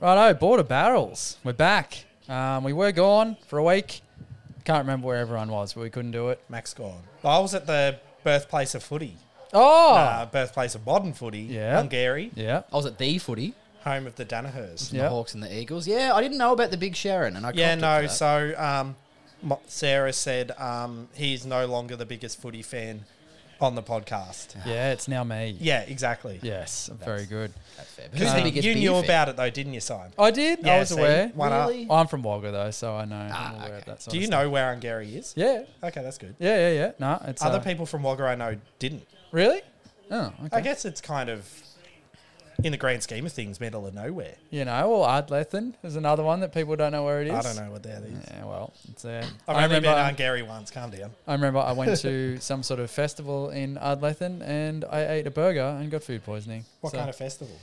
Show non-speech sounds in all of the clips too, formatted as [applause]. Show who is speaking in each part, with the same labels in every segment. Speaker 1: Righto, Border Barrels. We're back. Um, we were gone for a week. Can't remember where everyone was, but we couldn't do it.
Speaker 2: Max gone. I was at the birthplace of footy,
Speaker 1: Oh!
Speaker 2: uh, birthplace of modern footy,
Speaker 1: Yeah.
Speaker 2: Hungary,
Speaker 1: Yeah.
Speaker 3: I was at the footy,
Speaker 2: home of the Danahers.
Speaker 3: the
Speaker 1: Yeah.
Speaker 3: Hawks and the Eagles. Yeah, I didn't know about the Big Sharon, and I
Speaker 2: Yeah,
Speaker 3: copped it
Speaker 2: no.
Speaker 3: for that.
Speaker 2: So um, Mo- Sarah said um, he's no longer the biggest footy fan on the podcast.
Speaker 1: Yeah, it's now me.
Speaker 2: Yeah, exactly.
Speaker 1: Yes, very good.
Speaker 3: That's fair. But who's
Speaker 2: Because
Speaker 3: the biggest
Speaker 2: you
Speaker 3: beer
Speaker 2: knew
Speaker 3: fan?
Speaker 2: about it though, didn't you, Simon?
Speaker 1: I did. I was
Speaker 2: see,
Speaker 1: aware.
Speaker 2: One up.
Speaker 3: Really?
Speaker 1: I'm from Wagga, though, so I know.
Speaker 3: Ah,
Speaker 1: I'm aware of
Speaker 3: okay.
Speaker 1: that sort
Speaker 2: Do
Speaker 1: of
Speaker 2: you know where Hungary is?
Speaker 1: stuff. Yeah.
Speaker 2: Okay, that's good.
Speaker 1: Yeah, yeah, yeah. No, it's.
Speaker 2: Other
Speaker 1: uh,
Speaker 2: people from Wagga I know didn't.
Speaker 1: Really? Oh, okay.
Speaker 2: I guess it's kind of, in the grand scheme of things, middle of nowhere.
Speaker 1: You know, or Ardlethan is another one that people don't know where it is.
Speaker 2: I don't know what that is.
Speaker 1: Yeah, well, it's there.
Speaker 2: I've
Speaker 1: I
Speaker 2: only
Speaker 1: remember.
Speaker 2: been to Hungary once. Calm down.
Speaker 1: I remember I went to [laughs] some sort of festival in Ardlethan and I ate a burger and got food poisoning.
Speaker 2: What
Speaker 1: So-
Speaker 2: kind of festival?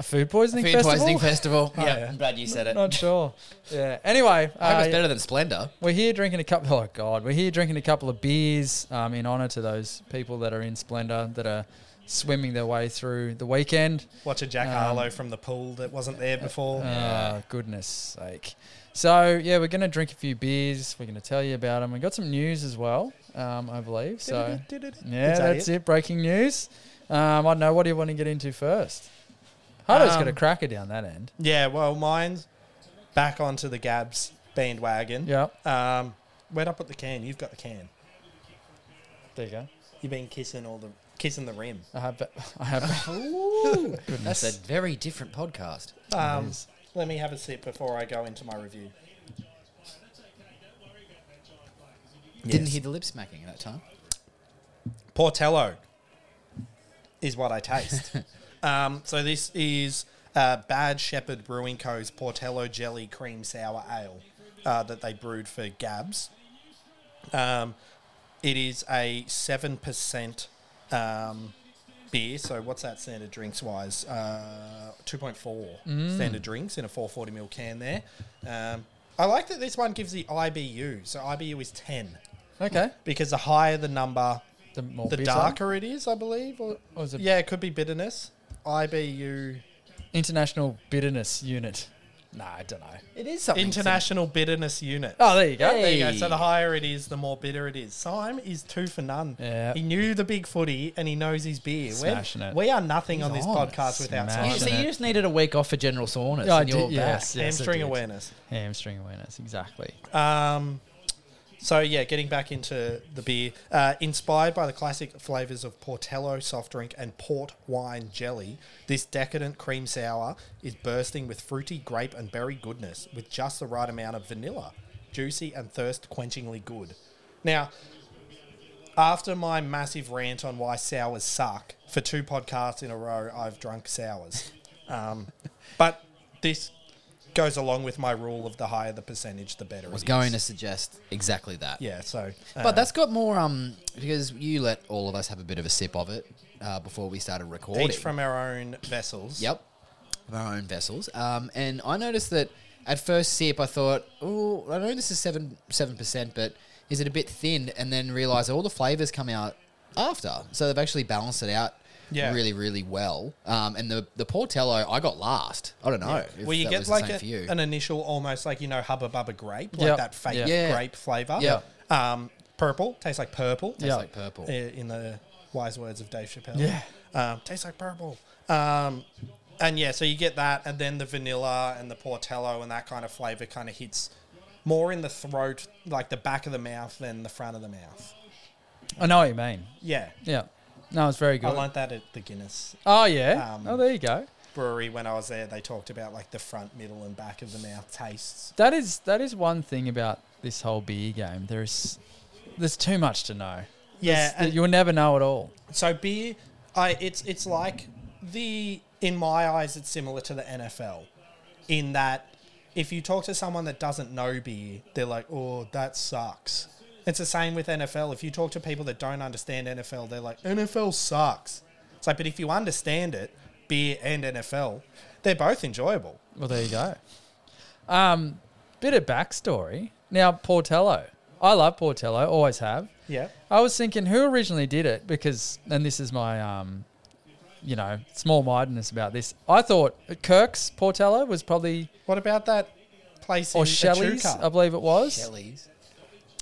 Speaker 1: a food poisoning
Speaker 3: Food
Speaker 1: festival?
Speaker 3: poisoning festival. yeah,
Speaker 2: Oh, yeah. Oh,
Speaker 3: I'm glad you said it.
Speaker 1: [laughs] Not sure. Yeah. Anyway,
Speaker 3: I hope
Speaker 1: uh,
Speaker 3: it's better than Splendor.
Speaker 1: we're here drinking a couple. Oh God, we're here drinking a couple of beers um, in honor to those people that are in Splendor that are swimming their way through the weekend.
Speaker 2: Watch a Jack
Speaker 1: Um,
Speaker 2: Harlow from the pool that wasn't there before.
Speaker 1: Ah, goodness sake. So, yeah, we're going to drink a few beers. We're going to tell you about them. we got some news as well, um, I believe. So, yeah,
Speaker 2: Is that
Speaker 1: that's it. Breaking news. Um, I don't know. What do you want to get into first? Hutto's got a
Speaker 2: Um,
Speaker 1: cracker down that end.
Speaker 2: Yeah, well, mine's back onto the Gabs bandwagon.
Speaker 1: Yeah,
Speaker 2: Um, where'd I put the can? You've got the can.
Speaker 1: there you go.
Speaker 2: You've been kissing all the kissing the rim.
Speaker 1: I have, [laughs] I have
Speaker 3: Ooh, that's a very different podcast.
Speaker 2: Um,
Speaker 1: Nice.
Speaker 2: let me have a sip before I go into my review.
Speaker 3: Didn't
Speaker 2: Yes.
Speaker 3: hear the lip smacking at that time.
Speaker 2: Portello is what I taste. um, so this is uh, Bad Shepherd Brewing Co.'s Portello Jelly Cream Sour Ale uh, that they brewed for Gabs. Um, it is a seven percent um, beer. So what's that standard drinks wise? Uh, Two point four standard drinks in a four forty ml can there. Um, I like that this one gives the IBU. So IBU is ten
Speaker 1: [laughs] okay.
Speaker 2: because the higher the number,
Speaker 1: The, more
Speaker 2: the
Speaker 1: bitter.
Speaker 2: darker it is, I believe. Or,
Speaker 1: Or is it
Speaker 2: yeah, it could be bitterness. IBU.
Speaker 1: International Bitterness Unit. Nah, I don't know.
Speaker 3: It is something.
Speaker 2: International Bitterness Unit.
Speaker 1: Oh, there you go.
Speaker 2: There you go. So the
Speaker 3: Hey.
Speaker 2: higher it is, the more bitter it is. Syme is two for none.
Speaker 1: Yeah.
Speaker 2: He knew the big footy and he knows his beer. We're-
Speaker 1: Smashing it.
Speaker 2: We are nothing on this
Speaker 3: on it.
Speaker 2: podcast without
Speaker 1: Smashing
Speaker 3: You,
Speaker 2: Syme.
Speaker 3: so you just needed a week off for general soreness,
Speaker 1: Yeah, I
Speaker 3: and you're
Speaker 1: did,
Speaker 3: back.
Speaker 1: yes. I
Speaker 2: Hamstring
Speaker 1: did.
Speaker 2: awareness.
Speaker 1: Hamstring awareness, exactly.
Speaker 2: Um, so yeah, getting back into the beer, uh, inspired by the classic flavors of Portello soft drink and port wine jelly, this decadent cream sour is bursting with fruity grape and berry goodness, with just the right amount of vanilla, juicy and thirst quenchingly good. Now, after my massive rant on why sours suck, for two podcasts in a row, I've drunk sours. Um, [laughs] but this goes along with my rule of the higher the percentage, the better.
Speaker 3: I was going to suggest exactly that.
Speaker 2: Yeah, so.
Speaker 3: But that's got more um because you let all of us have a bit of a sip of it uh, before we started recording.
Speaker 2: each from our own vessels.
Speaker 3: Yep. Of our own vessels. Um, and I noticed that at first sip, I thought, oh, I know this is seven seven percent, but is it a bit thin? And then realised all the flavours come out after, so they've actually balanced it out.
Speaker 2: Yeah.
Speaker 3: really, really well. Um, and the the Portello, I got last. I don't know. if
Speaker 2: Well, you
Speaker 3: that
Speaker 2: get
Speaker 3: was the
Speaker 2: like
Speaker 3: same
Speaker 2: a,
Speaker 3: for you.
Speaker 2: an initial, almost like you know Hubba Bubba grape, like
Speaker 1: Yep.
Speaker 2: that fake
Speaker 1: Yeah.
Speaker 3: Yeah.
Speaker 2: grape flavor.
Speaker 3: Yep.
Speaker 2: Um, purple tastes like purple.
Speaker 3: Tastes
Speaker 1: Yeah.
Speaker 3: like purple.
Speaker 2: Uh, In the wise words of Dave Chappelle.
Speaker 1: Yeah.
Speaker 2: Um, tastes like purple. Um, and yeah, so you get that, and then the vanilla and the Portello and that kind of flavor kind of hits more in the throat, like the back of the mouth than the front of the mouth.
Speaker 1: I know what you mean.
Speaker 2: Yeah.
Speaker 1: Yeah. No, it's very good.
Speaker 2: I learned that at the Guinness
Speaker 1: oh, yeah.
Speaker 2: um,
Speaker 1: oh, there you go.
Speaker 2: brewery when I was there, they talked about like the front, middle, and back of the mouth tastes.
Speaker 1: That is that is one thing about this whole beer game. There's there's too much to know.
Speaker 2: Yeah,
Speaker 1: It's-
Speaker 2: and
Speaker 1: you'll never know it all.
Speaker 2: so beer, I it's it's like the in my eyes, it's similar to the NFL, in that if you talk to someone that doesn't know beer, they're like, "Oh, that sucks." It's the same with NFL. If you talk to people that don't understand NFL, they're like, "NFL sucks." It's like, but if you understand it, beer and NFL, they're both enjoyable.
Speaker 1: Well, there you go. Um, bit of backstory. Now, Portello. I love Portello. Always have.
Speaker 2: Yeah.
Speaker 1: I was thinking who originally did it because, and this is my um, you know, small mindedness about this. I thought Kirk's Portello was probably,
Speaker 2: What about that place
Speaker 1: or
Speaker 2: in
Speaker 1: Shelley's,
Speaker 2: Echuca?
Speaker 1: I believe it was.
Speaker 3: Shelley's.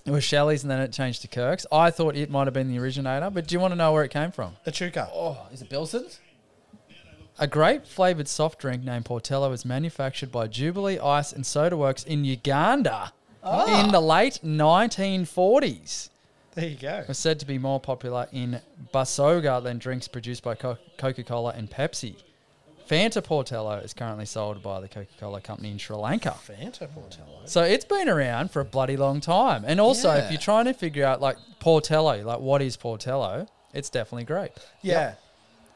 Speaker 1: It was Shelley's and then it changed to Kirk's. I thought it might have been the originator, but do you want to know where it came from?
Speaker 2: Echuca.
Speaker 3: Oh, is it Belson's?
Speaker 1: A grape flavored soft drink named Portello was manufactured by Jubilee Ice and Soda Works in Uganda in the late 1940s.
Speaker 2: There you go.
Speaker 1: It was said to be more popular in Basoga than drinks produced by Co- Coca Cola and Pepsi. Fanta Portello is currently sold by the Coca Cola company in Sri Lanka.
Speaker 2: Fanta Portello.
Speaker 1: So it's been around for a bloody long time. And also, if
Speaker 3: Yeah.
Speaker 1: you're trying to figure out like Portello, like what is Portello, it's definitely grape.
Speaker 2: Yeah.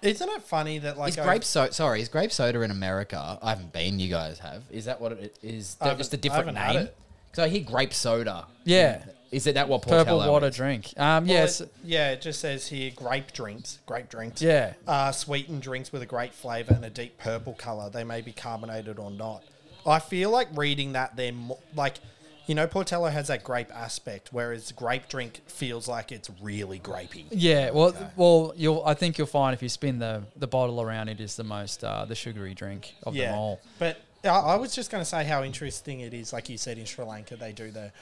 Speaker 2: Isn't it funny that like
Speaker 3: is
Speaker 2: I-
Speaker 3: grape soda? Sorry, is grape soda in America? I haven't been. You guys have. Is that what it is?
Speaker 2: I
Speaker 3: Just a
Speaker 2: haven't- I
Speaker 3: different
Speaker 2: haven't had
Speaker 3: name.
Speaker 2: it.
Speaker 3: Because I hear grape soda.
Speaker 1: Yeah.
Speaker 3: Is it that what Portello?
Speaker 1: Purple water
Speaker 3: is?
Speaker 1: drink. Um,
Speaker 2: Well,
Speaker 1: yes.
Speaker 2: it- yeah, it just says here grape drinks. Grape drinks.
Speaker 1: Yeah.
Speaker 2: Uh, sweetened drinks with a great flavour and a deep purple colour. They may be carbonated or not. I feel like reading that then, mo- like, you know, Portello has that grape aspect, whereas grape drink feels like it's really grapey.
Speaker 1: Yeah, well, well, you'll. I think you'll find if you spin the, the bottle around, it is the most uh, the sugary drink of them
Speaker 2: Yeah.
Speaker 1: all.
Speaker 2: But I, I was just going to say how interesting it is. Like you said, in Sri Lanka, they do the,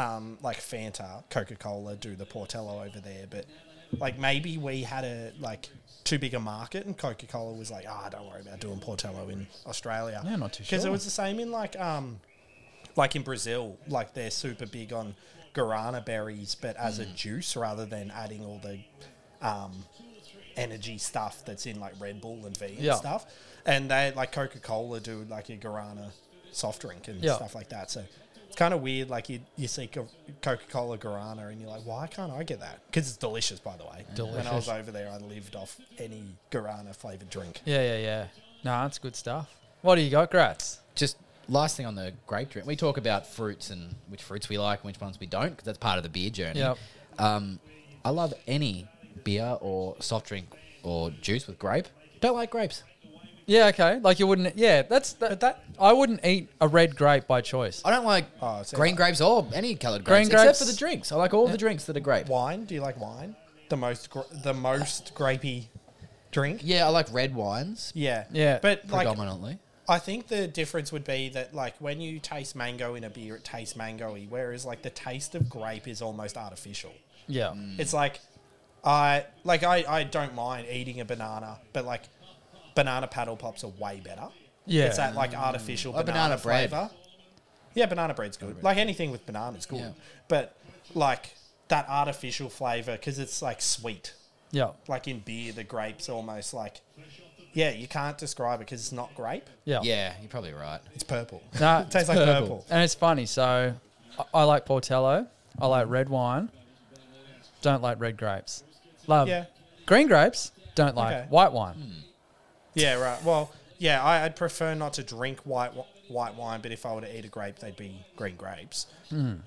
Speaker 2: um, like Fanta, Coca Cola do the Portello over there. But like maybe we had a, like, too big a market and Coca Cola was like, ah, don't worry about doing Portello in Australia.
Speaker 1: Yeah, not too
Speaker 2: Because it
Speaker 1: sure.
Speaker 2: was the same in, like, um, like in Brazil, like they're super big on guarana berries, but as a
Speaker 1: Mm.
Speaker 2: juice rather than adding all the um, energy stuff that's in like Red Bull and V and
Speaker 1: Yeah.
Speaker 2: stuff. And they like Coca Cola do like a guarana soft drink and
Speaker 1: Yeah.
Speaker 2: stuff like that. So it's kind of weird. Like you, you see Coca Cola guarana and you're like, why can't I get that? Because it's delicious, by the way. When I was
Speaker 1: Delicious.
Speaker 2: over there, I lived off any guarana flavored drink.
Speaker 1: Yeah, yeah, yeah. No, it's good stuff. What do you got, Gratz?
Speaker 3: Just last thing on the grape drink. We talk about fruits and which fruits we like and which ones we don't. 'cause that's part of the beer journey.
Speaker 1: Yep.
Speaker 3: Um, I love any beer or soft drink or juice with grape. Don't like grapes.
Speaker 1: Yeah, okay. Like you wouldn't. Yeah, that's that.
Speaker 2: But that-
Speaker 1: I wouldn't eat a red grape by choice.
Speaker 3: I don't like
Speaker 2: Oh, so
Speaker 3: green
Speaker 2: like-
Speaker 3: grapes or any coloured grapes,
Speaker 1: Green
Speaker 3: except
Speaker 1: grapes-
Speaker 3: for the drinks. I like all the drinks that are grape.
Speaker 2: Wine? Do you like wine? The most, gr- the most grapey drink.
Speaker 3: Yeah, I like red wines
Speaker 2: Yeah.
Speaker 1: Yeah.
Speaker 2: But like,
Speaker 3: predominantly.
Speaker 2: I think the difference would be that like when you taste mango in a beer, it tastes mangoy, whereas like the taste of grape is almost artificial.
Speaker 1: Yeah.
Speaker 3: Mm.
Speaker 2: It's like I like I, I don't mind eating a banana, but like banana paddle pops are way better.
Speaker 1: Yeah.
Speaker 2: It's that like artificial
Speaker 3: Or
Speaker 2: banana,
Speaker 3: banana bread.
Speaker 2: flavor. Yeah, banana bread's good. Like anything with banana's good.
Speaker 3: Yeah.
Speaker 2: But like that artificial flavor because it's like sweet.
Speaker 1: Yeah.
Speaker 2: Like in beer, the grapes almost like yeah, you can't describe it because it's not grape.
Speaker 1: Yeah.
Speaker 3: Yeah, you're probably right.
Speaker 2: It's purple. [laughs]
Speaker 3: [laughs]
Speaker 1: Nah,
Speaker 2: it tastes like purple.
Speaker 1: And it's funny. So I, I like Portello. I like red wine. Don't like red grapes. Love
Speaker 2: Yeah.
Speaker 1: green grapes. Don't like
Speaker 2: Okay.
Speaker 1: white wine.
Speaker 3: Hmm.
Speaker 2: Yeah, right. Well, yeah, I, I'd prefer not to drink white wi- white wine, but if I were to eat a grape, they'd be green grapes.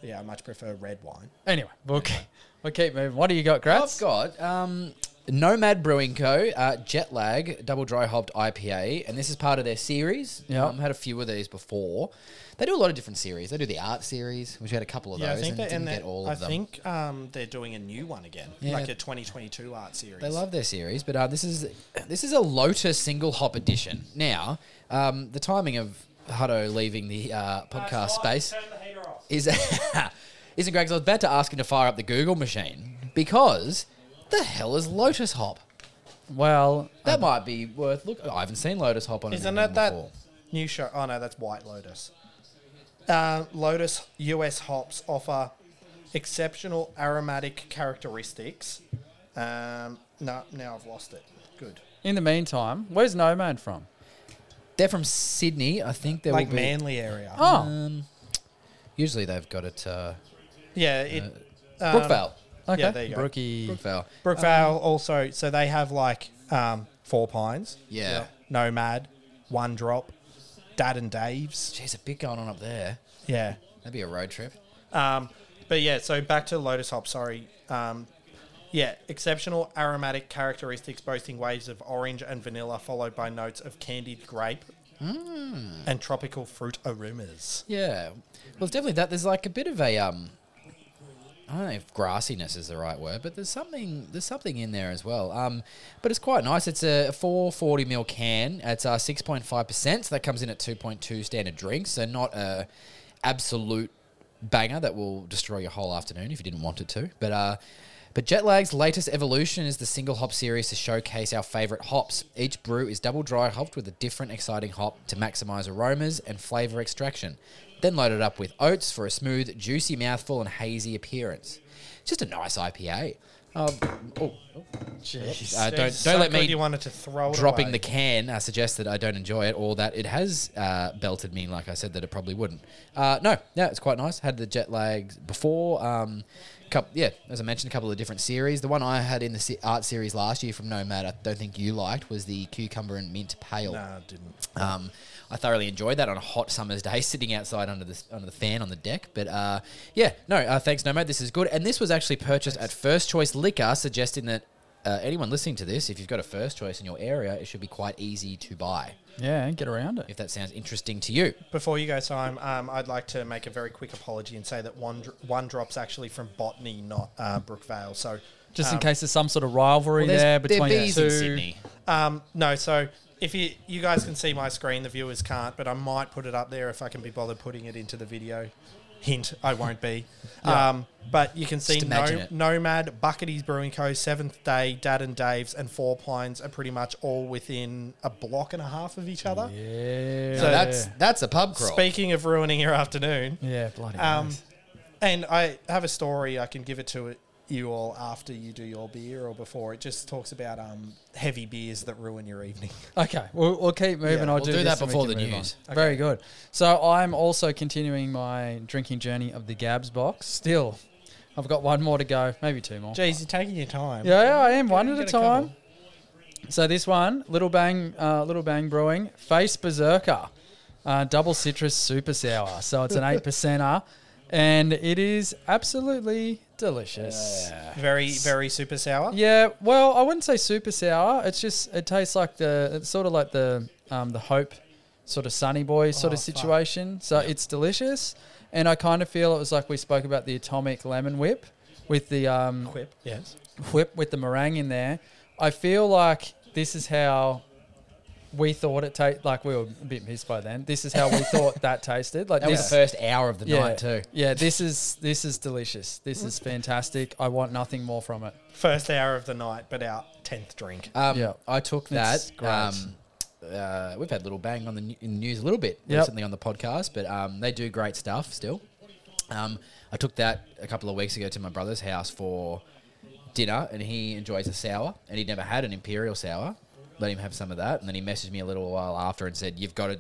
Speaker 2: Yeah, I much prefer red wine.
Speaker 1: Anyway, we'll, keep, we'll keep moving. What do you got, Gratz?
Speaker 3: I've got um, Nomad Brewing Co. Uh, Jet Lag Double Dry Hopped IPA, and this is part of their series.
Speaker 1: Yeah.
Speaker 3: um, had a few of these before. They do a lot of different series. They do the art series, which had a couple of
Speaker 2: Yeah, I
Speaker 3: those,
Speaker 2: think
Speaker 3: and
Speaker 2: that,
Speaker 3: didn't
Speaker 2: and
Speaker 3: get
Speaker 2: that-
Speaker 3: all
Speaker 2: I
Speaker 3: of them.
Speaker 2: think um, they're doing a new one again,
Speaker 3: Yeah.
Speaker 2: like a 2022 art series.
Speaker 3: They love their series, but uh, this is this is a Lotus single hop edition. Now, um, the timing of Hutto leaving the uh, podcast space is [laughs] isn't great. 'cause I was about to ask him to fire up the Google machine because the hell is Lotus hop?
Speaker 1: Well,
Speaker 3: That might be worth look. I haven't seen Lotus hop on
Speaker 2: Um, Isn't
Speaker 3: anything
Speaker 2: it that
Speaker 3: before.
Speaker 2: new show? Oh no, that's White Lotus. Uh, Lotus U.S. hops offer exceptional aromatic characteristics. Um, no, now I've lost it. Good.
Speaker 1: in the meantime, where's Nomad from?
Speaker 3: They're from Sydney, I think. There
Speaker 2: like
Speaker 3: will be.
Speaker 2: Manly area.
Speaker 1: Oh,
Speaker 3: Um, usually they've got it. Uh,
Speaker 2: Yeah, it. um,
Speaker 3: Brookvale.
Speaker 1: okay.
Speaker 2: yeah, there you go.
Speaker 1: Brookie.
Speaker 3: Brookvale.
Speaker 2: Brookvale also, so they have like um, Four Pines,
Speaker 3: Yeah.
Speaker 2: Nomad, One Drop, Dad and Dave's.
Speaker 3: Jeez, a bit going on up there.
Speaker 2: Yeah.
Speaker 3: That'd be a road trip.
Speaker 2: Um, but yeah, so back to Lotus Hop, sorry. Um, yeah, exceptional aromatic characteristics boasting waves of orange and vanilla, followed by notes of candied grape
Speaker 3: Hmm.
Speaker 2: and tropical fruit aromas.
Speaker 3: Yeah. Well, it's definitely that. There's like a bit of a um, I don't know if grassiness is the right word, but there's something there's something in there as well. Um, but it's quite nice. It's a 440 mil can. It's uh, 6.5 percent, so that comes in at 2.2 standard drinks. So not a absolute banger that will destroy your whole afternoon if you didn't want it to. But uh, but Jetlag's latest evolution is the single hop series to showcase our favorite hops. Each brew is double dry hopped with a different exciting hop to maximize aromas and flavor extraction. Then load it up with oats for a smooth, juicy mouthful and hazy appearance. It's just a nice IPA. Um, oh,
Speaker 1: Jeez.
Speaker 3: Uh, don't
Speaker 2: It's
Speaker 3: don't
Speaker 2: so
Speaker 3: let
Speaker 2: good
Speaker 3: me
Speaker 2: You wanted to throw it
Speaker 3: dropping
Speaker 2: away.
Speaker 3: the can uh, suggests that I don't enjoy it or that it has uh, belted me like I said that it probably wouldn't. Uh, no, yeah, it's quite nice. Had the jet lags before. Um, coup- yeah, as I mentioned, a couple of different series. The one I had in the se- art series last year from Nomad, I don't think you liked, was the cucumber and mint pale.
Speaker 2: Nah, it didn't.
Speaker 3: Um, I thoroughly enjoyed that on a hot summer's day, [laughs] sitting outside under the under the fan on the deck. But uh, yeah, no, uh, thanks, Nomad. This is good, and this was actually purchased at First Choice Liquor, suggesting that uh, anyone listening to this, if you've got a first choice in your area, it should be quite easy to buy.
Speaker 1: Yeah, and get around it.
Speaker 3: If that sounds interesting to you,
Speaker 2: Before you go, Simon, um, I'd like to make a very quick apology and say that one dr- one drop's actually from Botany, not uh, Brookvale. So
Speaker 1: Just in
Speaker 2: um,
Speaker 1: case there's some sort of rivalry
Speaker 3: Well,
Speaker 1: there
Speaker 3: there's- there are
Speaker 1: between the
Speaker 3: bees in
Speaker 1: two.
Speaker 3: Sydney.
Speaker 2: Um, no, so if you you guys can see my screen, the viewers can't, but I might put it up there if I can be bothered putting it into the video. Hint: I won't be. um, but you can see
Speaker 3: Just
Speaker 2: no,
Speaker 3: imagine it.
Speaker 2: Nomad, Buckety's Brewing Co, Seventh Day, Dad and Dave's, and Four Pines are pretty much all within a block and a half of each other.
Speaker 1: Yeah.
Speaker 2: So
Speaker 3: that's that's a pub crawl.
Speaker 2: Speaking of ruining your afternoon,
Speaker 1: yeah, bloody
Speaker 2: um,
Speaker 1: nice.
Speaker 2: and I have a story I can give it to you all after you do your beer or before. It just talks about um, heavy beers that ruin your evening. [laughs]
Speaker 1: Okay, we'll, we'll keep moving.
Speaker 2: Yeah,
Speaker 1: I'll
Speaker 2: we'll
Speaker 1: do,
Speaker 3: do
Speaker 1: this
Speaker 3: that
Speaker 1: and we
Speaker 3: before
Speaker 1: can
Speaker 3: the
Speaker 1: move on.
Speaker 3: news.
Speaker 1: Very good. So I'm also continuing my drinking journey of the Gabs box. Still, I've got one more to go, maybe two more.
Speaker 2: Jeez, you're taking your time.
Speaker 1: Yeah, yeah, I am one
Speaker 2: you
Speaker 1: at a
Speaker 2: get a couple.
Speaker 1: time. So this one, Little Bang, uh, Little Bang Brewing, Face Berserker, uh, double citrus super sour. So
Speaker 2: [laughs]
Speaker 1: it's an eight percenter, and it is absolutely delicious. Yeah.
Speaker 2: Very, very super sour.
Speaker 1: well, I wouldn't say super sour. It's just it tastes like the it's sort of like the um, the hope sort of sunny boy sort
Speaker 2: Oh,
Speaker 1: of
Speaker 2: fuck.
Speaker 1: situation. So it's delicious, and I kind of feel it was like we spoke about the atomic lemon whip with the um,
Speaker 2: Quip. Yes.
Speaker 1: whip with the meringue in there. I feel like this is how we thought it tasted. Like we were a bit missed by then. This is how
Speaker 3: [laughs]
Speaker 1: we thought that tasted. Like
Speaker 3: that was
Speaker 1: this,
Speaker 3: the first hour of the
Speaker 1: yeah,
Speaker 3: night too.
Speaker 1: yeah. This is this is delicious. This is fantastic. I want nothing more from it.
Speaker 2: First hour of the night, but our tenth drink.
Speaker 3: Um,
Speaker 1: Yeah.
Speaker 3: I took
Speaker 1: It's
Speaker 3: that.
Speaker 1: great.
Speaker 3: Um, uh, we've had little bang on the n- in the news a little bit
Speaker 1: Yep.
Speaker 3: recently on the podcast, but um, they do great stuff still. Um, I took that a couple of weeks ago to my brother's house for dinner, and he enjoys a sour, and he'd never had an imperial sour. Let him have some of that, and then he messaged me a little while after and said, "You've got to."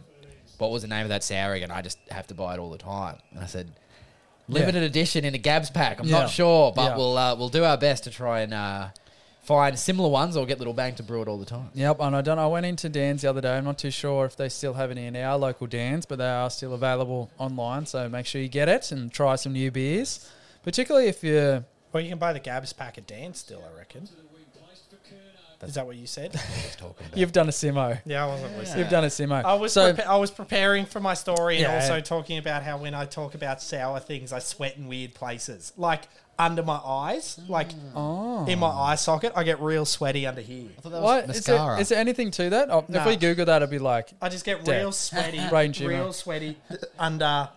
Speaker 3: What was the name of that sour again? I just have to buy it all the time, and I said. Limited edition in a Gabs pack. I'm
Speaker 1: Yeah.
Speaker 3: not sure, but
Speaker 1: Yeah.
Speaker 3: we'll uh, we'll do our best to try and uh, find similar ones or get Little Bang to brew it all the time.
Speaker 1: Yep, and I don't. I went into Dan's the other day. I'm not too sure if they still have any in our local Dan's, but they are still available online. So make sure you get it and try some new beers, particularly if you're
Speaker 2: Well, you can buy the Gabs pack of Dan still, I reckon. Is that what you said?
Speaker 3: He's talking about.
Speaker 1: you've done a simo.
Speaker 2: [laughs] yeah, I wasn't listening.
Speaker 1: You've done a simo.
Speaker 2: I was
Speaker 1: so
Speaker 2: prepa- I was preparing for my story and
Speaker 1: Yeah.
Speaker 2: also talking about how when I talk about sour things, I sweat in weird places, like under my eyes, like
Speaker 1: Oh.
Speaker 2: in my eye socket. I get real sweaty under here.
Speaker 3: I thought that
Speaker 1: What
Speaker 3: was
Speaker 1: is there,
Speaker 3: mascara.
Speaker 1: is there anything to that? Oh, If
Speaker 2: Nah.
Speaker 1: we Google that, it'd be like,
Speaker 2: I just get
Speaker 1: Dead.
Speaker 2: real sweaty,
Speaker 1: [laughs] Brain tumour.
Speaker 2: real sweaty under,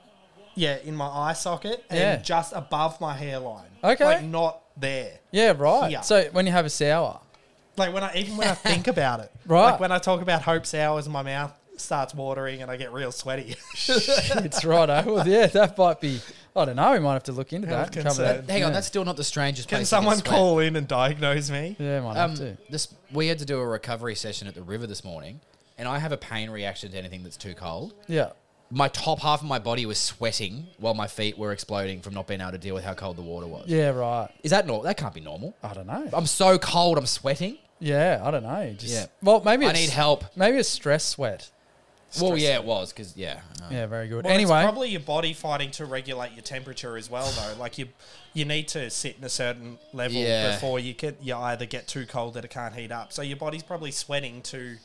Speaker 2: yeah, in my eye socket and
Speaker 1: Yeah.
Speaker 2: just above my hairline.
Speaker 1: Okay.
Speaker 2: like not there.
Speaker 1: yeah, right.
Speaker 2: Yeah.
Speaker 1: So when you have a sour,
Speaker 3: [laughs]
Speaker 2: Like when I
Speaker 1: [laughs]
Speaker 2: even when I think about it,
Speaker 1: Right.
Speaker 2: Like when I talk about hope sours, my mouth starts watering and I get real sweaty. [laughs]
Speaker 1: it's right. Oh, well, yeah, that might be. I don't know. We might have to look into that.
Speaker 2: Health
Speaker 1: and cover
Speaker 2: concern.
Speaker 1: that.
Speaker 3: Hang on,
Speaker 1: Yeah.
Speaker 3: that's still not the strangest.
Speaker 2: Can
Speaker 3: place to get
Speaker 2: someone
Speaker 3: sweat.
Speaker 2: call in and diagnose me?
Speaker 1: Yeah, might
Speaker 3: Um,
Speaker 1: have to.
Speaker 3: this we had to do a recovery session at the river this morning, and I have a pain reaction to anything that's too cold.
Speaker 1: Yeah.
Speaker 3: My top half of my body was sweating while my feet were exploding from not being able to deal with how cold the water was.
Speaker 1: Yeah, right.
Speaker 3: Is that normal? That can't be normal.
Speaker 1: I don't know.
Speaker 3: I'm so cold. I'm sweating.
Speaker 1: Yeah, I don't know. Just,
Speaker 3: Yeah.
Speaker 1: Well, maybe
Speaker 3: I
Speaker 1: it's,
Speaker 3: need help.
Speaker 1: Maybe it's stress sweat.
Speaker 3: Well, yeah, it was because yeah. I know.
Speaker 1: Yeah, very good.
Speaker 2: Well,
Speaker 1: anyway,
Speaker 2: it's probably your body fighting to regulate your temperature as well, though. Like you, you need to sit in a certain level
Speaker 3: Yeah.
Speaker 2: before you can. You either get too cold that it can't heat up, so your body's probably sweating to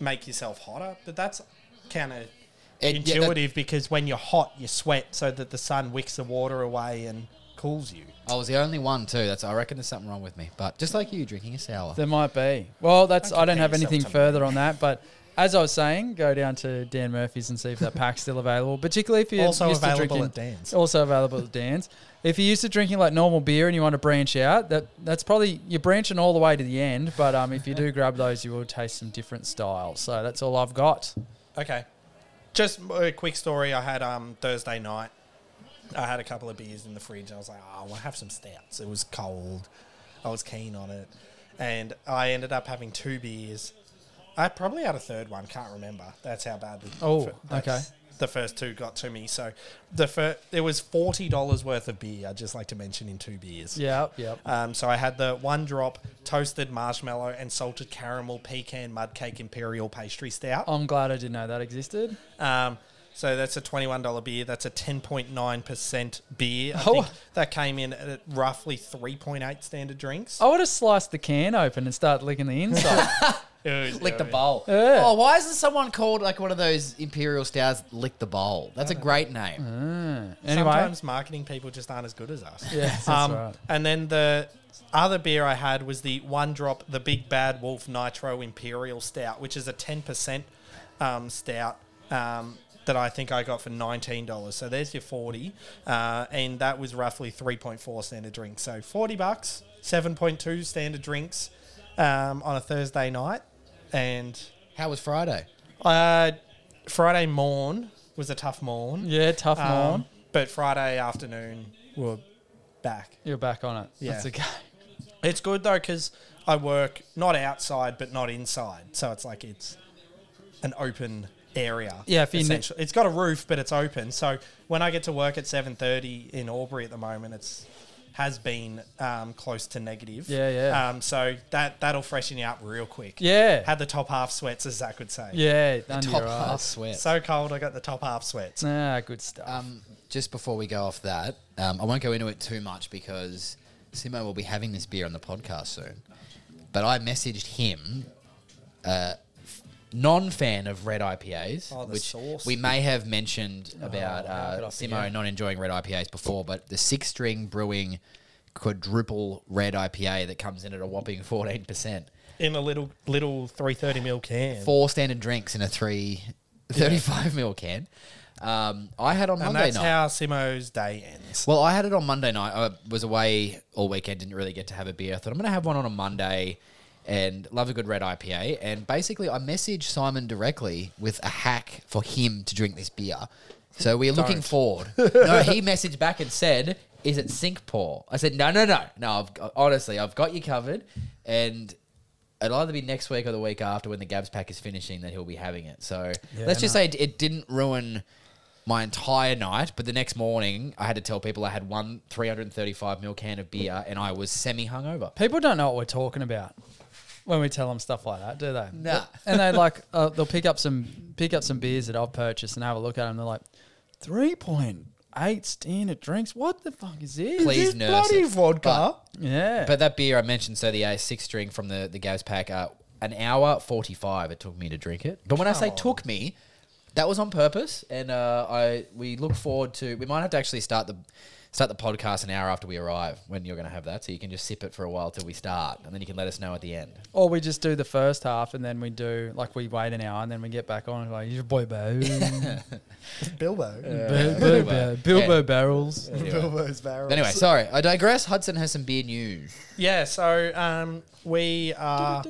Speaker 2: make yourself hotter. But that's kind of
Speaker 3: It- yeah, that-
Speaker 2: intuitive because when you're hot, you sweat so that the sun wicks the water away and cools you.
Speaker 3: I was the only one too. That's I reckon there's something wrong with me. But just like you, drinking a sour.
Speaker 1: There might be. Well, that's
Speaker 2: Don't
Speaker 1: I don't
Speaker 2: compare
Speaker 1: have
Speaker 2: yourself
Speaker 1: anything
Speaker 2: to me.
Speaker 1: further on that, but as I was saying, go down to Dan Murphy's and see if that pack's still available. Particularly if you're
Speaker 2: Also
Speaker 1: used to
Speaker 2: available
Speaker 1: drinking,
Speaker 2: at Dan's.
Speaker 1: Also available at Dan's. If you're used to drinking like normal beer and you want to branch out, that that's probably you're branching all the way to the end. But um, if you
Speaker 2: [laughs]
Speaker 1: do grab those, you will taste some different styles. So that's all I've got.
Speaker 2: Okay. Just a quick story. I had um, Thursday night. I had a couple of beers in the fridge. I was like, oh, I want to have some stouts. It was cold. I was keen on it. And I ended up having two beers. I probably had a third one. Can't remember. That's how bad the,
Speaker 1: Oh,
Speaker 2: that's-
Speaker 1: okay.
Speaker 2: the first two got to me. So the fir- it was $40 worth of beer, I'd just like to mention, in two beers.
Speaker 1: Yep, yep.
Speaker 2: Um, so I had the one drop toasted marshmallow and salted caramel pecan mud cake imperial pastry stout.
Speaker 1: I'm glad I didn't know that existed.
Speaker 2: Um, so that's a twenty-one dollar beer. That's a ten point nine percent beer. I
Speaker 1: Oh.
Speaker 2: think that came in at roughly three point eight standard drinks.
Speaker 1: I would have sliced the can open and started licking the inside.
Speaker 2: [laughs]
Speaker 3: Lick the bowl.
Speaker 1: Yeah.
Speaker 3: Oh, why isn't someone called like one of those imperial stars? Lick the bowl. That's a great name.
Speaker 1: anyway,
Speaker 2: Sometimes marketing people just aren't as good as us. [laughs]
Speaker 1: Yeah, that's
Speaker 2: um,
Speaker 1: right.
Speaker 2: And then the other beer I had was the one drop, the Big Bad Wolf Nitro Imperial Stout, which is a 10% um, stout um, that I think I got for $19. So there's your 40 uh, And that was roughly 3.4 standard drinks. So 40 bucks, 7.2 standard drinks um, on a Thursday night. And
Speaker 3: How was Friday?
Speaker 2: uh, Friday morn was a tough morn.
Speaker 1: yeah, tough
Speaker 2: Um,
Speaker 1: morn.
Speaker 2: But Friday afternoon, we're back.
Speaker 1: You're back on it.
Speaker 2: Yeah.
Speaker 1: That's okay.
Speaker 2: It's good though because I work not outside but not inside, so it's like it's an open area.
Speaker 1: Yeah, if you ne-
Speaker 2: essentially. it's got a roof but it's open. So when I get to work at seven thirty in Albury at the moment, it's has been um, close to negative.
Speaker 1: Yeah, yeah.
Speaker 2: Um, so that that'll freshen you up real quick.
Speaker 1: Yeah.
Speaker 2: Had the top half sweats, as Zach would say.
Speaker 1: Yeah, under
Speaker 3: Top
Speaker 1: your
Speaker 3: half
Speaker 1: eyes.
Speaker 3: sweat.
Speaker 2: So cold, I got the top half sweats.
Speaker 1: Ah, good stuff.
Speaker 3: Um, just before we go off that, um, I won't go into it too much because Simo will be having this beer on the podcast soon. But I messaged him, uh, non-fan of red IPAs,
Speaker 2: Oh, the
Speaker 3: which
Speaker 2: sauce. Oh,
Speaker 3: we may have mentioned about
Speaker 1: how
Speaker 3: uh,
Speaker 1: could I
Speaker 3: Simo
Speaker 1: forget?
Speaker 3: not enjoying red IPAs before, but the six-string brewing quadruple red IPA that comes in at a whopping fourteen percent,
Speaker 2: In a little little three thirty mil can.
Speaker 3: four standard drinks in a three. 35 mil can. Um, I had on
Speaker 2: and
Speaker 3: Monday
Speaker 2: that's
Speaker 3: night.
Speaker 2: how Simo's day ends.
Speaker 3: Well, I had it on Monday night. I was away all weekend, didn't really get to have a beer. I thought I'm going to have one on a Monday and love a good red IPA. And basically, I messaged Simon directly with a hack for him to drink this beer. So we're looking forward. No, he messaged back and said, Is it sink pour? I said, No, no, no. No, I've got, honestly, I've got you covered. And. It'll either be next week or the week after when the Gabs pack is finishing that he'll be having it. So let's just say it, it didn't ruin my entire night, but the next morning I had to tell people I had one 335 ml can of beer and I was semi hungover.
Speaker 1: People don't know what we're talking about when we tell them stuff like that, do they?
Speaker 3: Nah. [laughs]
Speaker 1: And they like uh, they'll pick up some pick up some beers that I've purchased and have a look at them. They're like, three point eight standard drinks. What the fuck is this?
Speaker 3: Please,
Speaker 2: This
Speaker 3: nurse.
Speaker 2: bloody
Speaker 3: it.
Speaker 2: vodka.
Speaker 1: Yeah.
Speaker 3: But, but that beer I mentioned, so the uh, six string from the, the Gavs pack, uh, an hour 45 it took me to drink it. But when I say took me, that was on purpose. And uh, I we look forward to, we might have to actually start the. Start the podcast an hour after we arrive when you're going to have that, so you can just sip it for a while till we start, and then you can let us know at the
Speaker 1: [laughs]
Speaker 3: end.
Speaker 1: or we just do the first half and then we do like we wait an hour and then we get back on and like your
Speaker 3: [laughs]
Speaker 1: boy Bo.
Speaker 2: Bilbo.
Speaker 1: Bilbo, Bilbo
Speaker 3: Yeah.
Speaker 1: barrels.
Speaker 2: Bilbo's barrel.
Speaker 3: Anyway, sorry, I digress. Hudson has some beer news.
Speaker 2: Yeah, so um, we
Speaker 3: Uh,
Speaker 2: are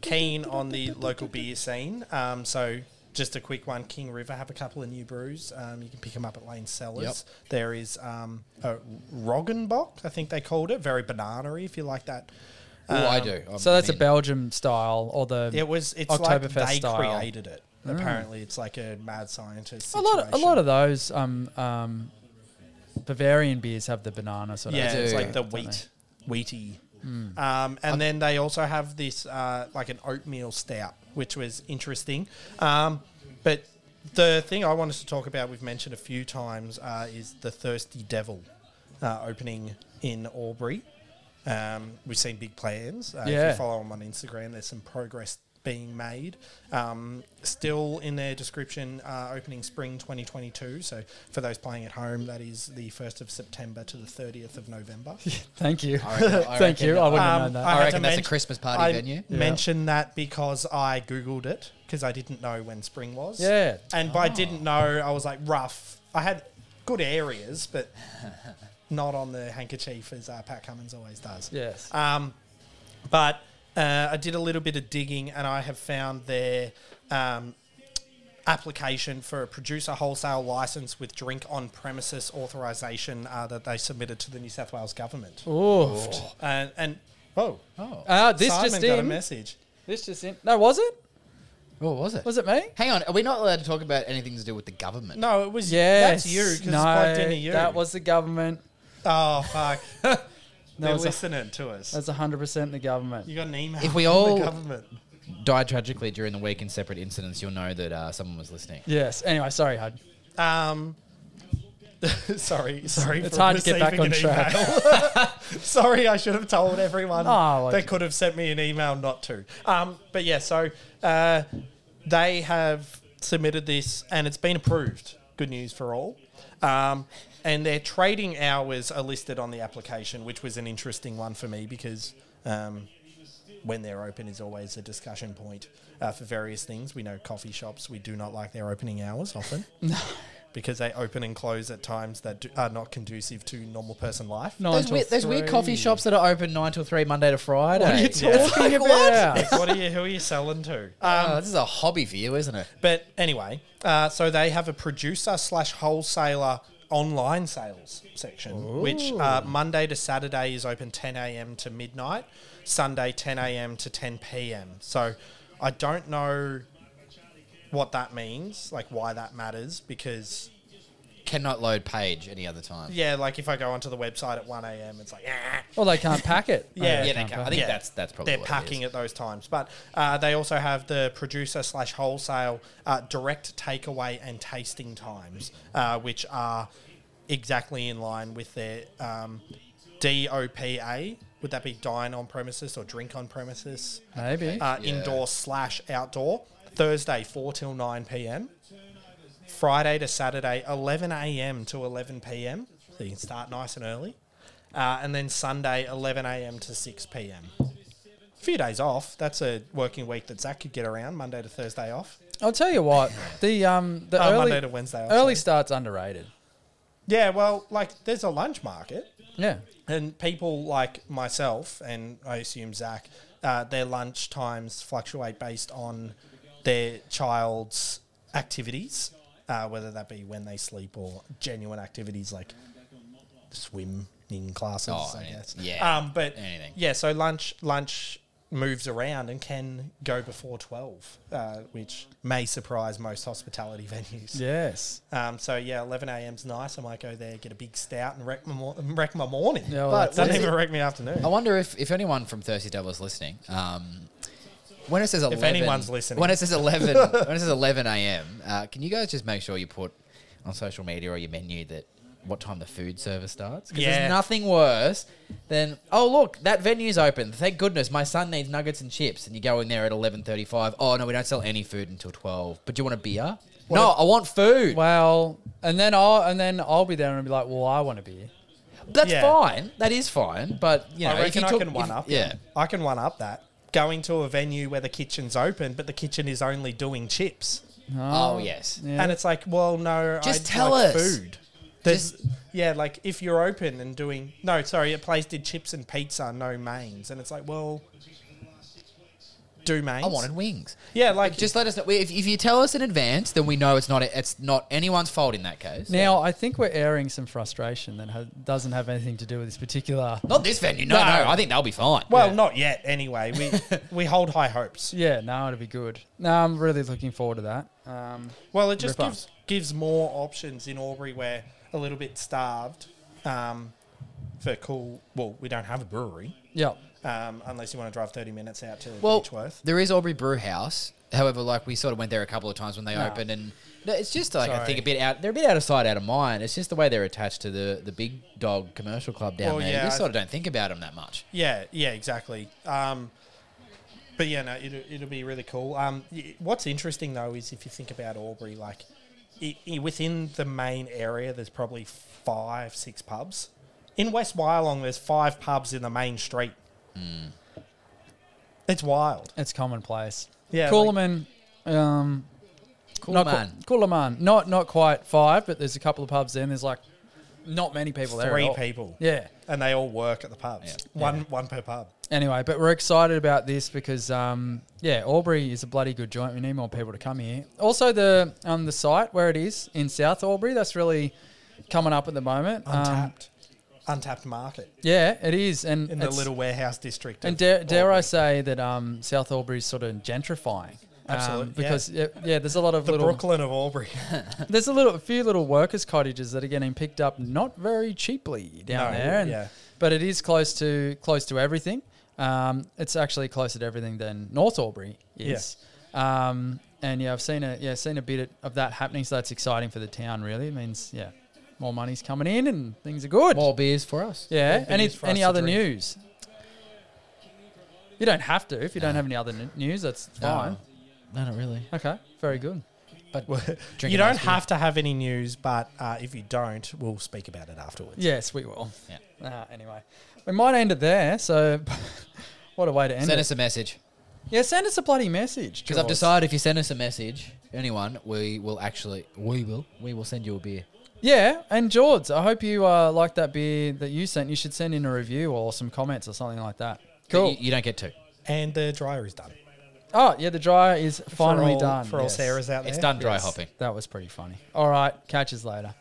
Speaker 2: keen on the local beer scene. Um, so just a quick one King River have a couple of new brews. Um, you can pick them up at Lane Cellars. There is um, a Roggenbock, I think they called it. Very banana-y, if you like that.
Speaker 3: Oh, I do. I'm
Speaker 1: Um, So that's a
Speaker 3: in.
Speaker 1: Belgium style or the
Speaker 2: It was, it's
Speaker 1: Oktoberfest
Speaker 2: like they
Speaker 1: style. Mm.
Speaker 2: created it. Apparently, it's like a mad scientist.
Speaker 1: A lot, a
Speaker 2: situation.
Speaker 1: lot of those um, um, Bavarian beers have the banana sort of.
Speaker 2: Yeah, it's
Speaker 3: do,
Speaker 2: like the
Speaker 1: don't they? Hmm.
Speaker 2: wheat, wheaty. Um, and then they also have this uh, like an oatmeal stout, which was interesting. Um, but the thing I wanted to talk about, we've mentioned a few times, uh, is the Thirsty Devil uh, opening in Albury. Um, we've seen big plans. Uh, If
Speaker 1: Yeah.
Speaker 2: you follow them on Instagram, there's some progress being made. Um, still in their description, uh, opening spring 2022. So for those playing at home, that is the 1st of September to the 30th of November.
Speaker 1: Thank you.
Speaker 3: I reckon- I
Speaker 1: [laughs] Thank
Speaker 3: reckon-
Speaker 1: you. I wouldn't
Speaker 2: Um,
Speaker 1: have known that.
Speaker 2: I
Speaker 3: I
Speaker 2: had
Speaker 3: reckon
Speaker 2: to
Speaker 3: that's
Speaker 2: men-
Speaker 3: a Christmas party
Speaker 2: I
Speaker 3: venue.
Speaker 2: mentioned that because I Googled it because I didn't know when spring was.
Speaker 1: Yeah.
Speaker 2: And by didn't know, I was like rough. I had good areas, but [laughs] not on the handkerchief as uh, Pat Cummins always does.
Speaker 1: yes.
Speaker 2: Um, but uh, I did a little bit of digging and I have found their um, application for a producer wholesale license with drink on premises authorization uh, that they submitted to the New South Wales government.
Speaker 1: Oofed.
Speaker 2: And, and oh,
Speaker 3: Oh,
Speaker 1: Ah, this
Speaker 2: Simon
Speaker 1: just
Speaker 2: got a
Speaker 1: in.
Speaker 2: message.
Speaker 1: This just in. No, was it?
Speaker 3: what was it?
Speaker 1: Was it me?
Speaker 3: Hang on, are we not allowed to talk about anything to do with the government?
Speaker 2: No, it was
Speaker 1: Yes.
Speaker 2: That's you because
Speaker 1: no,
Speaker 2: it's plugged into you.
Speaker 1: that was the government.
Speaker 2: oh fuck. They're
Speaker 1: it's a-
Speaker 2: listening to us.
Speaker 1: That's hundred percent the government.
Speaker 2: you got an email.
Speaker 3: If we
Speaker 2: from
Speaker 3: all-
Speaker 2: the government.
Speaker 3: Died tragically during the week in separate incidents. You'll know that uh, someone was listening.
Speaker 1: Yes. Anyway, sorry, Hud.
Speaker 2: Um, [laughs] sorry, sorry.
Speaker 1: It's
Speaker 2: for
Speaker 1: hard to get back
Speaker 2: receiving
Speaker 1: on
Speaker 2: an email. [laughs] sorry, I should have told everyone
Speaker 1: Oh, well,
Speaker 2: they could have sent me an email not to. Um, but yeah, so uh, they have submitted this and it's been approved. Good news for all. Um, and their trading hours are listed on the application, which was an interesting one for me because. Um, when they're open is always a discussion point uh, for various things. We know coffee shops, we do not like their opening hours often. No. Because they open and close at times that do, are not conducive to normal person life.
Speaker 1: Nine
Speaker 3: Those
Speaker 1: till
Speaker 3: weird, those weird
Speaker 1: three.
Speaker 3: coffee shops that are open nine till three Monday to Friday.
Speaker 1: What are you
Speaker 3: [laughs]
Speaker 1: talking about?
Speaker 2: what are you? Who are you selling to?
Speaker 3: Oh, this is a hobby for you, isn't it?
Speaker 2: But anyway, uh, so they have a producer slash wholesaler online sales section, which uh, Monday to Saturday is open 10 a.m. to midnight, Sunday 10 a.m. to 10 p.m. So I don't know what that means, like why that matters, because
Speaker 3: Cannot load page any other time.
Speaker 2: yeah, like if I go onto the website at 1 a.m., it's like ah,
Speaker 1: Well, they can't pack it.
Speaker 2: [laughs] Yeah.
Speaker 1: Oh,
Speaker 2: Yeah, they
Speaker 1: can't
Speaker 3: can't. I
Speaker 1: pack
Speaker 3: think
Speaker 1: it.
Speaker 2: Yeah.
Speaker 3: that's that's probably
Speaker 2: they're
Speaker 3: what
Speaker 2: packing
Speaker 3: It
Speaker 2: at those times. But uh, they also have the producer slash wholesale uh, direct takeaway and tasting times, uh, which are exactly in line with their um, DOPA. Would that be dine on premises or drink on premises?
Speaker 1: Maybe.
Speaker 2: Uh,
Speaker 3: Yeah.
Speaker 2: Indoor slash outdoor. Thursday, 4 till 9 p.m. Friday to Saturday, 11 a.m. to 11 p.m. So you can start nice and early. Uh, and then Sunday, 11 a.m. to 6 p.m. A few days off. That's a working week that Zach could get around. Monday to Thursday off.
Speaker 1: I'll tell you what. The um the
Speaker 2: Uh,
Speaker 1: early
Speaker 2: Monday to Wednesday off.
Speaker 1: early
Speaker 2: sorry.
Speaker 1: starts underrated.
Speaker 2: Yeah, well, like there's a lunch market.
Speaker 1: Yeah.
Speaker 2: And people like myself, and I assume Zach, uh, their lunch times fluctuate based on their child's activities, uh, whether that be when they sleep or genuine activities like swimming classes.
Speaker 3: Oh,
Speaker 2: I
Speaker 3: yeah.
Speaker 2: guess.
Speaker 3: Yeah.
Speaker 2: Um, but
Speaker 3: Anything.
Speaker 2: yeah, so lunch lunch moves around and can go before twelve, uh, which may surprise most hospitality [laughs] venues.
Speaker 1: Yes.
Speaker 2: Um, so yeah, 11 a.m.'s nice. I might go there, get a big stout, and wreck my, mor- wreck my morning.
Speaker 1: Yeah, well,
Speaker 2: but
Speaker 1: that's
Speaker 2: doesn't
Speaker 3: it. Oh,
Speaker 2: even wreck my afternoon.
Speaker 3: I wonder if, if anyone from Thirsty Devil is listening. Um, when it says eleven,
Speaker 2: anyone's listening.
Speaker 3: when it says
Speaker 2: [laughs]
Speaker 3: eleven, when it says eleven a.m., uh, can you guys just make sure you put on social media or your menu that what time the food service starts? Because
Speaker 2: Yeah.
Speaker 3: there's nothing worse than oh look that venue's open. Thank goodness my son needs nuggets and chips, and you go in there at eleven thirty-five. Oh no, we don't sell any food until twelve. But do you want a beer? no, I want food.
Speaker 1: Well, and then I'll and then I'll be there and be like, well, I want a beer.
Speaker 3: That's
Speaker 2: Yeah.
Speaker 3: fine. That is fine. But you know,
Speaker 2: I
Speaker 3: if you
Speaker 2: reckon I
Speaker 3: took-
Speaker 2: can
Speaker 3: if-
Speaker 2: one up.
Speaker 3: Yeah.
Speaker 2: I can one up that. Going to a venue where the kitchen's open, but the kitchen is only doing chips,
Speaker 3: Oh, yes.
Speaker 1: Yeah.
Speaker 2: and it's like, well, no,
Speaker 3: Just
Speaker 2: I'd
Speaker 3: tell
Speaker 2: like
Speaker 3: us.
Speaker 2: food. There's, yeah, like if you're open and doing no, sorry, a place did chips and pizza, no mains, and it's like, well, do mains.
Speaker 3: I wanted wings.
Speaker 2: yeah, like
Speaker 3: Just let us know if, if you tell us in advance, then we know it's not it's not anyone's fault in that case.
Speaker 1: Now I think we're airing some frustration that ha- doesn't have anything to do with this particular.
Speaker 3: not this venue. No,
Speaker 2: No.
Speaker 3: no, I think they'll be fine.
Speaker 2: well,
Speaker 1: yeah.
Speaker 2: not yet. Anyway,
Speaker 3: [laughs]
Speaker 2: we we hold high hopes.
Speaker 1: Yeah, no, it'll be good. No, I'm really looking forward to that. Um,
Speaker 2: Well, it just
Speaker 1: Ripper.
Speaker 2: gives gives more options in Albury where a little bit starved um, for cool. Well, we don't have a brewery
Speaker 1: yeah,
Speaker 2: um, unless you want to drive thirty minutes out to
Speaker 3: well,
Speaker 2: Beechworth.
Speaker 3: there is Aubrey Brew House. However, like we sort of went there a couple of times when they
Speaker 1: No.
Speaker 3: opened, and no, it's just like I think
Speaker 2: Sorry.
Speaker 3: a bit out. They're a bit out of sight, out of mind. It's just the way they're attached to the the big dog commercial club down
Speaker 2: Well,
Speaker 3: there.
Speaker 2: yeah,
Speaker 3: you
Speaker 2: I-
Speaker 3: sort of don't think about them that much.
Speaker 2: Yeah, yeah, exactly. Um, But yeah, no, it'll, it'll be really cool. Um, y- what's interesting though is if you think about Albury, like i i within the main area, there's probably five, six pubs. In West Wyalong, there's five pubs in the main street. It's wild.
Speaker 1: It's commonplace.
Speaker 2: Yeah,
Speaker 1: Coolaman, um,
Speaker 3: Cool
Speaker 1: not
Speaker 3: man.
Speaker 1: Cool- Coolaman, not not quite five, but there's a couple of pubs there. and There's like not many people there. at
Speaker 2: Three
Speaker 1: all.
Speaker 2: people.
Speaker 1: Yeah.
Speaker 2: And they all work at the pubs.
Speaker 3: Yeah.
Speaker 2: One one per pub.
Speaker 1: Anyway, but we're excited about this because um, yeah, Albury is a bloody good joint. We need more people to come here. Also, the um, the site where it is in South Albury, that's really coming up at the moment. Um,
Speaker 2: Untapped. Untapped market
Speaker 1: yeah, it is, and
Speaker 2: in the
Speaker 1: it's-
Speaker 2: little warehouse district.
Speaker 1: And
Speaker 2: of
Speaker 1: dare, dare I
Speaker 2: Albury.
Speaker 1: say that um, South Albury is sort of gentrifying. Um,
Speaker 2: Absolute, yeah.
Speaker 1: because yeah. yeah, there's a lot of
Speaker 2: the
Speaker 1: little
Speaker 2: Brooklyn of Albury.
Speaker 1: there's a little a few little workers cottages that are getting picked up not very cheaply down
Speaker 2: No,
Speaker 1: there and
Speaker 2: yeah.
Speaker 1: but it is close to close to everything um, it's actually closer to everything than North Albury is um, and yeah I've seen a yeah seen a bit of that happening so that's exciting for the town really it means yeah more money's coming in and things are good
Speaker 3: More beers for us.
Speaker 1: yeah
Speaker 2: more
Speaker 1: any
Speaker 2: beers for us
Speaker 1: any
Speaker 2: to
Speaker 1: other
Speaker 2: drink.
Speaker 1: news you don't have to if you don't have any other n- news that's fine
Speaker 3: No, not really.
Speaker 1: okay very good
Speaker 3: But drink a nice
Speaker 2: you don't
Speaker 3: beer.
Speaker 2: have to have any news, but uh, if you don't, we'll speak about it afterwards.
Speaker 1: Yes, we will.
Speaker 3: Yeah.
Speaker 1: Ah, anyway, we might end it there. So, [laughs] what a way to end
Speaker 3: Send
Speaker 1: it.
Speaker 3: us a message.
Speaker 1: yeah, send us a bloody message.
Speaker 3: Because I've
Speaker 1: George.
Speaker 3: decided if you send us a message, anyone, we will actually, we will, we will send you a beer.
Speaker 1: Yeah, and George, I hope you uh, like that beer that you sent. You should send in a review or some comments or something like that. Cool.
Speaker 3: You, you don't get two.
Speaker 2: And the dryer is done.
Speaker 1: oh, yeah, the dryer is finally
Speaker 2: for all,
Speaker 1: done.
Speaker 2: For all
Speaker 1: yes.
Speaker 2: Sarahs out there.
Speaker 3: It's done dry
Speaker 1: Yes.
Speaker 3: hopping.
Speaker 1: That was pretty funny. All right, catch us later.